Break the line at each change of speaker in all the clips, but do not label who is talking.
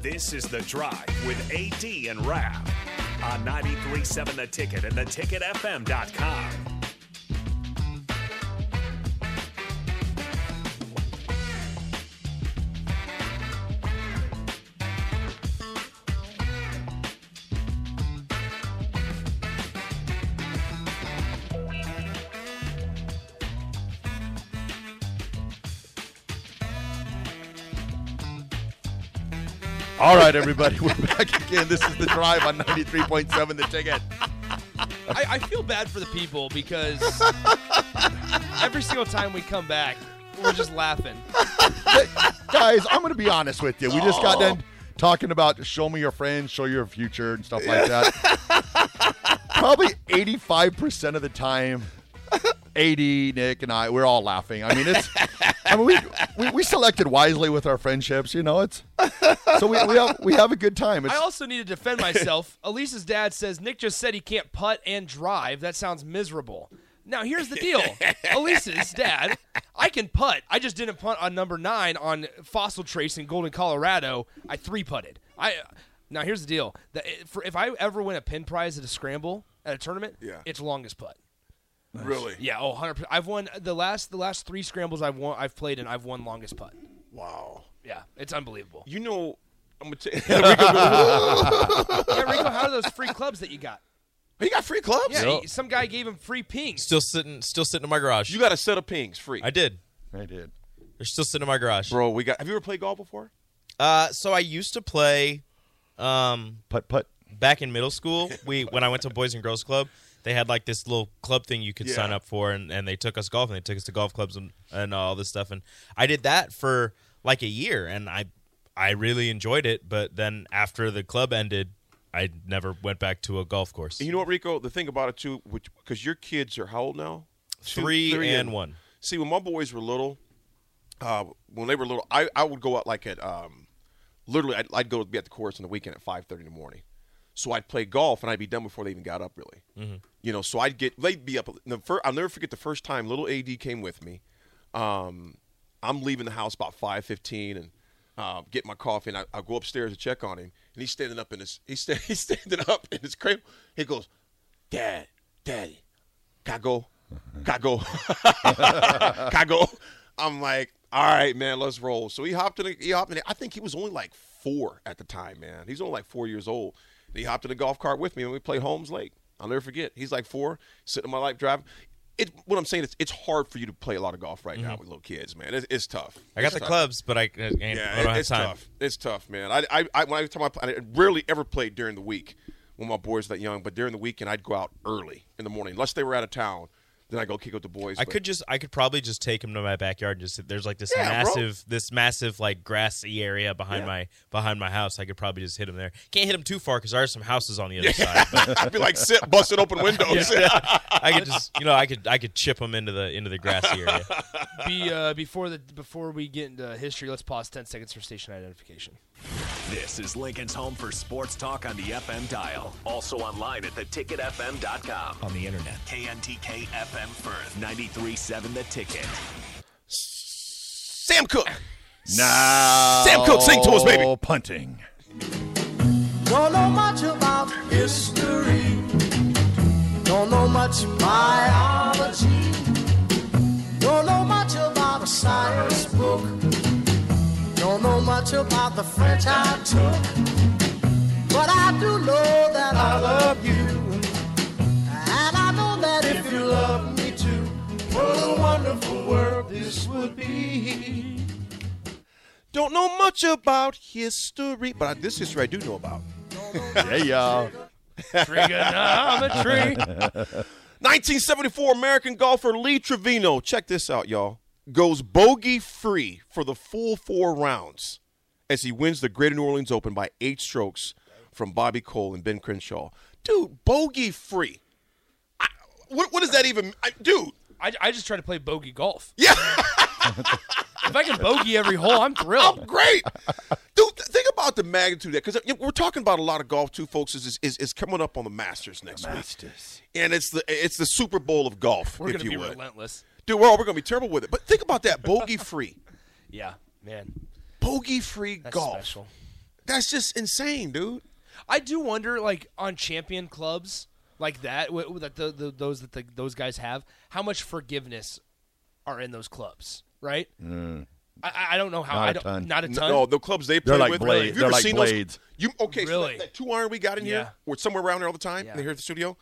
This is The Drive with AD and Rap on 93.7 The Ticket and theticketfm.com.
All right, everybody, we're back again. This is the drive on 93.7 The Ticket.
I, I feel bad for the people because every single time we come back, we're just laughing.
Guys, I'm going to be honest with you. We just got done talking about show me your friends, show your future, and stuff like that. Probably 85% of the time, AD, Nick, and I, we're all laughing. I mean, it's. I mean, we, we, we selected wisely with our friendships, you know. It's so we, we have we have a good time. It's,
I also need to defend myself. Elise's dad says Nick just said he can't putt and drive. That sounds miserable. Now here's the deal. Elise's dad, I can putt. I just didn't punt on number nine on Fossil Trace in Golden, Colorado. I three putted. I now here's the deal. That for, if I ever win a pin prize at a scramble at a tournament,
Yeah.
it's longest putt.
Really?
Yeah, oh, 100%. I've won the last the last 3 scrambles I've won I've played and I've won longest putt.
Wow.
Yeah, it's unbelievable.
You know, I'm gonna tell
yeah, Rico, how are those free clubs that you got?
you. got free clubs.
Yeah, he- some guy gave him free pings.
Still sitting, still sitting in my garage.
You got a set of pings free.
I did.
I did.
They're still sitting in my garage.
Bro, we got. Have you ever played golf before?
Uh, so I used to play, um,
Put put.
back in middle school. We when I went to Boys and Girls Club, they had like this little club thing you could
Yeah.
sign up for, and, and they took us golf and they took us to golf clubs and, and all this stuff. And I did that for like a year, and I I really enjoyed it. But then after the club ended, I never went back to a golf course.
You know what, Rico? The thing about it too, which because your kids are how old now? Two,
Three and one.
See, when my boys were little, uh, when they were little, I, I would go out like at um, literally, I'd, I'd go be at the course on the weekend at five thirty in the morning. So I'd play golf and I'd be done before they even got up, really.
Mm-hmm.
You know, so I'd get they'd be up. The fir- I'll never forget the first time little AD came with me. Um, I'm leaving the house about five fifteen and uh, get my coffee and I, I go upstairs to check on him and he's standing up in his he's, sta- he's standing up in his crib. He goes, "Dad, Daddy, gotta go,
Mm-hmm.
gotta go." Chicago. I'm like, all right, man, let's roll. So he hopped in. A, he hopped in. a- I think he was only like four at the time, man. He's only like four years old. And he hopped in a golf cart with me, and we played Holmes Lake. I'll never forget. He's like four, sitting in my lap driving. It, what I'm saying is, it's hard for you to play a lot of golf right now with little kids, man. It's, it's tough.
Mm-hmm. I got
It's
the
tough.
clubs, but I, I, ain't-
Yeah,
I
it-
don't have
it's
time.
tough. It's tough, man. I, I, I when I time I, pl- I rarely ever played during the week when my boys were that young, but during the weekend I'd go out early in the morning, unless they were out of town. Then I go kick with the boys.
I
but-
could just I could probably just take him to my backyard and just sit- there's like this
Yeah, bro.
massive this massive like grassy area behind
Yeah.
my behind my house. I could probably just hit him there. Can't hit him too far because there are some houses on the other side. But
I'd be like, sit, busting open windows.
I could just you know I could I could chip him into the into the grassy area.
Be, uh, before the before we get into history, let's pause 10 seconds for station identification.
This is Lincoln's home for sports talk on the FM dial. Also online at theticketfm.com. On the internet. KNTK FM Firth, 93.7 The Ticket.
Sam Cook.
Now,
Sam Cooke, sing to us, baby.
Punting.
Don't know much about history. Don't know much biology. Don't know much about a science book. Don't know much about the French I took. But I do know that I love you. And I know that if you love me too, what a wonderful world this would be.
Don't know much about history, but I, this history I do know about.
Yeah, yeah.
Trigonometry.
1974 American golfer Lee Trevino, check this out, y'all, goes bogey free for the full four rounds as he wins the Greater New Orleans Open by eight strokes from Bobby Cole and Ben Crenshaw. Dude, bogey free. I- what, what does that even I, Dude,
I, I just try to play bogey golf. Yeah. if I can bogey every hole, I'm thrilled.
great. Dude, th- think about the magnitude of that. Because we're talking about a lot of golf, too, folks, is, is, is coming up on the Masters next week. And it's the it's the Super Bowl of golf,
We're
if
gonna
you
be
would.
relentless.
Dude, we're, we're going to be terrible with it. But think about that bogey free.
Yeah, man.
Bogey free
That's
golf.
special.
That's just insane, dude.
I do wonder, like on champion clubs like that, wi- wi- that the, the, those that the, those guys have, how much forgiveness are in those clubs, right? I- I, I don't know how.
Mm. Not
I
a
don't,
ton.
Not a
N-
ton.
No, the clubs they play
like
with.
blade-
Have you
they're
ever
like
seen those-
blades.
You okay? So
Really?
that, that two iron we got in
Yeah.
here, or somewhere around here all the time,
Yeah.
here at the studio,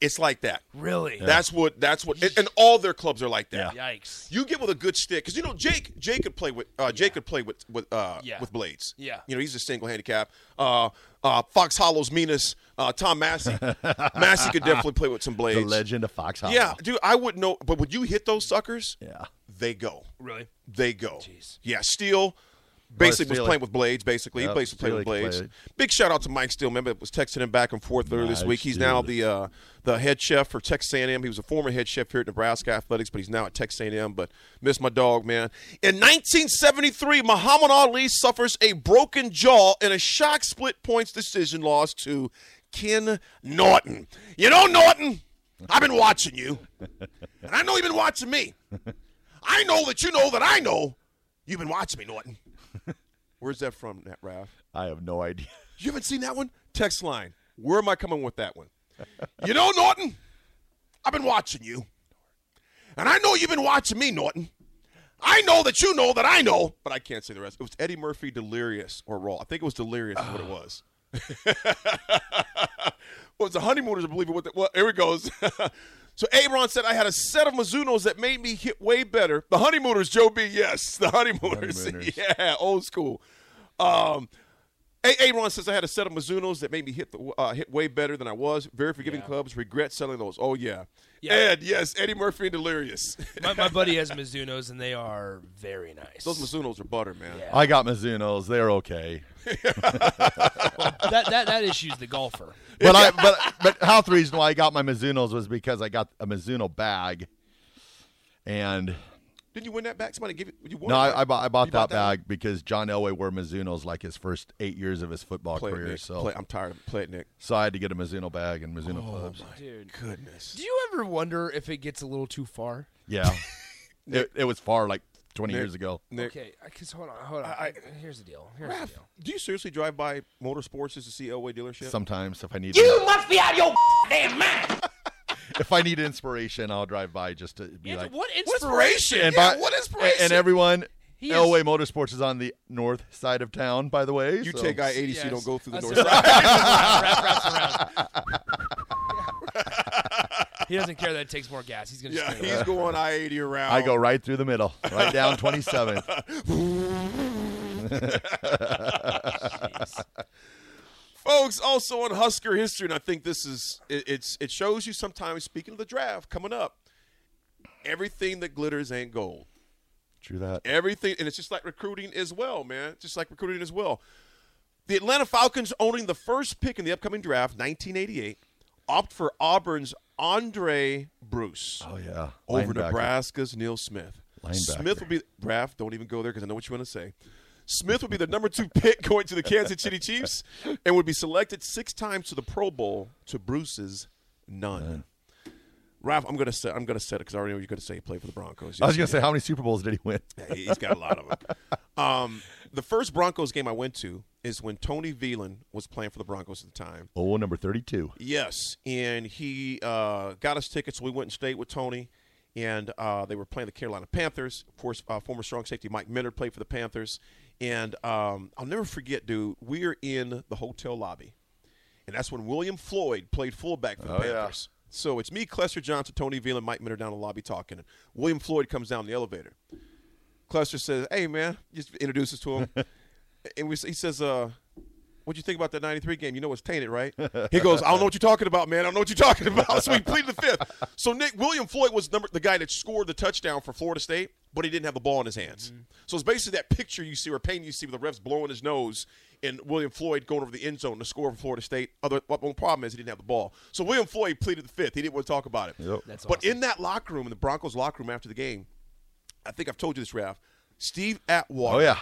it's like that.
really?
That's what. That's what. And, and all their clubs are like that.
Yikes.
You get with a good stick because you know Jake. Jake could play with. Uh, Jake could play with with uh,
Yeah.
with blades.
Yeah.
You know he's a single handicap. Uh, uh, Fox Hollows, Minas, uh, Tom Massey. Massey could definitely play with some blades.
The legend of Fox Hollow.
Yeah, dude, I wouldn't know. But when you hit those suckers,
Yeah.
they go.
Really?
They go.
Jeez.
Yeah, Steele basically was
Steele.
playing with blades, basically.
Yep,
he basically played with
Steele
blades.
played.
Big shout out to Mike Steele. Remember, was texting him back and forth earlier this
Nice,
week. He's now
dude.
the uh, the head chef for Texas A&M. He was a former head chef here at Nebraska Athletics, but he's now at Texas A&M. But miss my dog, man. In 1973, Muhammad Ali suffers a broken jaw in a shock split points decision loss to Ken Norton. You know, Norton, I've been watching you, and I know you've been watching me. I know that you know that I know you've been watching me, Norton. Where's that from, Nat Raph?
I have no idea.
You haven't seen that one? Text line. Where am I coming with that one? you know, Norton, I've been watching you. And I know you've been watching me, Norton. I know that you know that I know, but I can't say the rest. It was Eddie Murphy, Delirious or Raw. I think it was Delirious is what it was. Well, it's the honeymooners, I believe it. What the, well, here it goes. so Abron said, I had a set of Mizunos that made me hit way better. The honeymooners, Joe B. Yes, the honeymooners.
Honeymooners.
yeah, old school. Um, a- Aaron says I had a set of Mizunos that made me hit the uh, hit way better than I was. Very forgiving clubs. Regret selling those. Oh yeah.
Yeah.
Ed, yes, Eddie Murphy and Delirious.
my, my buddy has Mizunos, and they are very nice.
those Mizunos are butter, man.
Yeah.
I got Mizunos. They're okay.
that, that that issue's the golfer.
But I but but half the reason why I got my Mizunos was because I got a Mizuno bag, and
Didn't you win that back? Somebody give it. You won
no,
it,
I,
right?
I bought I bought
You
that bag because John Elway wore Mizunos like his first eight years of his football
Play it,
career.
Nick.
So
Play- Oh I'm tired of playing Nick.
so I had to get a Mizuno bag and Mizuno clubs.
Dude,
Goodness.
do you ever wonder if it gets a little too far?
Yeah, it, it was far like twenty
Nick.
years ago.
Nick,
Okay, because hold on, hold on. Here's the deal. Here's the deal.
do you seriously drive by Motorsports just to see Elway dealership?
Sometimes if I need
You must be out of your damn mind.
if I need inspiration, I'll drive by just to be like.
what
What
inspiration?
inspiration?
And
yeah,
by-
what
and-
inspiration?
And everyone,
He is-
Elway Motorsports is on the north side of town, by the way.
you
so-
take I eighty,
Yes.
so you don't go through the
That's
north
right.
side.
Wrap- wraps around. he doesn't care that it takes more gas. He's gonna.
yeah,
just stay
he's
there.
going I eighty around.
I go right through the middle, right down 27th.
folks also on husker history and i think this is it, it's it shows you sometimes speaking of the draft coming up everything that glitters ain't gold
True that.
everything and it's just like recruiting as well man It's just like recruiting as well the atlanta falcons owning the first pick in the upcoming draft 1988 opt for auburn's andre bruce
Oh yeah.
over
Linebacker.
Nebraska's Neil Smith.
Linebacker.
Smith will be Raph, don't even go there because I know what you want to say. Smith will be the number two pick going to the Kansas City Chiefs and would be selected six times to the Pro Bowl to Bruce's none. Raph, I'm gonna say I'm gonna set it because I already know what you're gonna say. He played for the Broncos.
I was gonna say, how many Super Bowls did he win?
Yeah, he- he's got a lot of them. Um, the first Broncos game I went to is when Tony Veland was playing for the Broncos at the time.
Oh, number 32.
Yes, and he uh, got us tickets. We went and stayed with Tony, and uh, they were playing the Carolina Panthers. Of course, uh, former strong safety Mike Minard played for the Panthers, and um, I'll never forget, dude. We're in the hotel lobby, and that's when William Floyd played fullback for the Panthers. So it's me, Clester Johnson, Tony Veland, Mike Minard down in the lobby talking, and William Floyd comes down the elevator. Cluster says, "Hey man," just introduces to him, and we, he says, "Uh, what'd you think about that '93 game? You know it's tainted, right?" He goes, "I don't know what you're talking about, man. I don't know what you're talking about." So he pleaded the fifth. So Nick William Floyd was number the guy that scored the touchdown for Florida State, but he didn't have the ball in his hands. So it's basically that picture you see or painting you see with the refs blowing his nose and William Floyd going over the end zone to score for Florida State. Other one problem is he didn't have the ball. So William Floyd pleaded the fifth. He didn't want to talk about it.
That's
but
awesome.
in that locker room, in the Broncos locker room after the game. I think I've told you this, Raph. Steve Atwater.
Oh, yeah.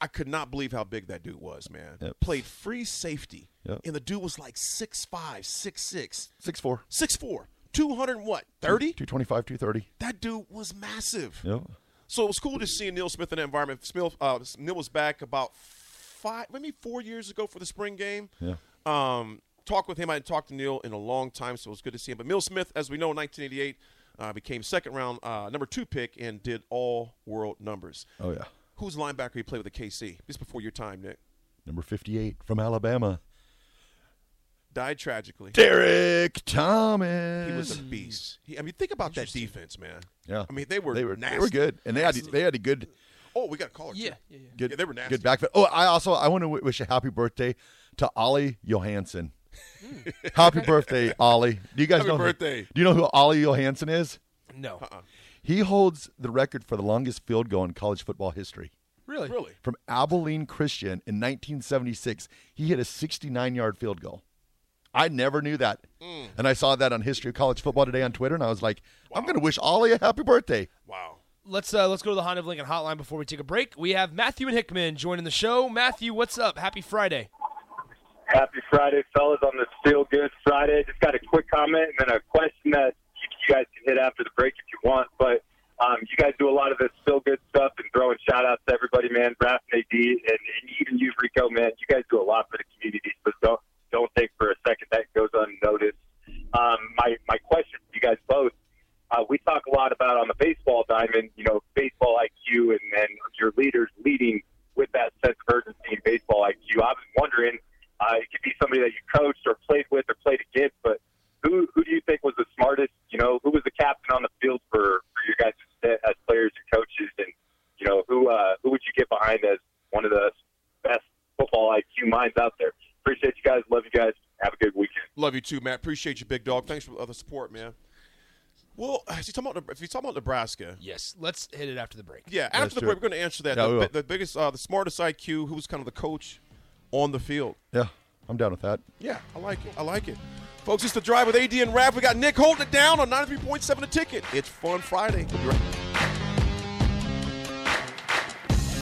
I could not believe how big that dude was, man.
Yep.
Played free safety,
Yep.
and the dude was like 6'5", 6'6",
64.
6'4", 200 and what, 30?
225, 230.
That dude was massive.
Yep.
So it was cool just seeing Neil Smith in that environment. Smith, uh, Neil was back about five, maybe four years ago for the spring game.
Yeah.
Um, talked with him. I hadn't talked to Neil in a long time, so it was good to see him. But Mill Smith, as we know, in 1988, uh, became second round uh, number two pick and did all world numbers.
Oh, yeah.
Who's linebacker he played with the KC? Just before your time, Nick.
Number 58 from Alabama.
Died tragically.
Derek Thomas.
He was a beast. He, I mean, think about that defense, man.
yeah.
I mean, they were
they were,
nasty.
they were good, and they had they had a good
Oh, we got a caller. too.
Yeah, yeah, yeah.
good
Yeah, they were nasty.
good backfield. Oh, I also I want to wish a happy birthday to Ollie Johansson. happy birthday, Ollie. Do you guys
Hmm. Happy
know who-
birthday.
do you know who Ollie Johansson is?
No.
He holds the record for the longest field goal in college football history.
Really?
Really?
From Abilene Christian in 1976, he hit a 69-yard field goal. I never knew that,
Hmm.
and I saw that on History of College Football today on Twitter, and I was like, "I'm going to wish Ollie a happy birthday."
Wow.
Let's uh, let's go to the Honda of Lincoln hotline before we take a break. We have Matthew and Hickman joining the show. Matthew, what's up? Happy Friday.
Happy Friday, fellas, on this Feel Good Friday. Just got a quick comment and then a question that you you guys can hit after the break if you want. But um, you guys do a lot of this Feel Good stuff and throwing shout outs to everybody, man. Raph and AD, and, and even you, Rico, man. You guys do a lot for the community, so don't, don't think for a second that goes unnoticed. Um, my, my question for you guys both uh, we talk a lot about on the baseball diamond, you know, baseball IQ and, and your leaders leading with that sense of urgency and baseball IQ. I was wondering, uh, it could be somebody that you coached or played with or played against, but who, who do you think was the smartest, you know, who was the captain on the field for, for you guys as as players and coaches? And, you know, who, uh, who would you get behind as one of the best football IQ minds out there? Appreciate you guys. Love you guys. Have a good weekend.
Love you too, Matt. Appreciate you, big dog. Thanks for uh, the support, man. Well, if you talking about if you talking about Nebraska,
Yes. Let's hit it after the break.
yeah. After the
true.
break, we're going to answer that.
Yeah, we
the,
will.
the biggest, uh, the smartest IQ, who was kind of the coach on the field.
Yeah, I'm down with that.
Yeah, I like it. I like it, folks. It's the drive with AD and Rap. We got Nick holding it down on ninety three point seven. A ticket. It's Fun Friday. We'll be right-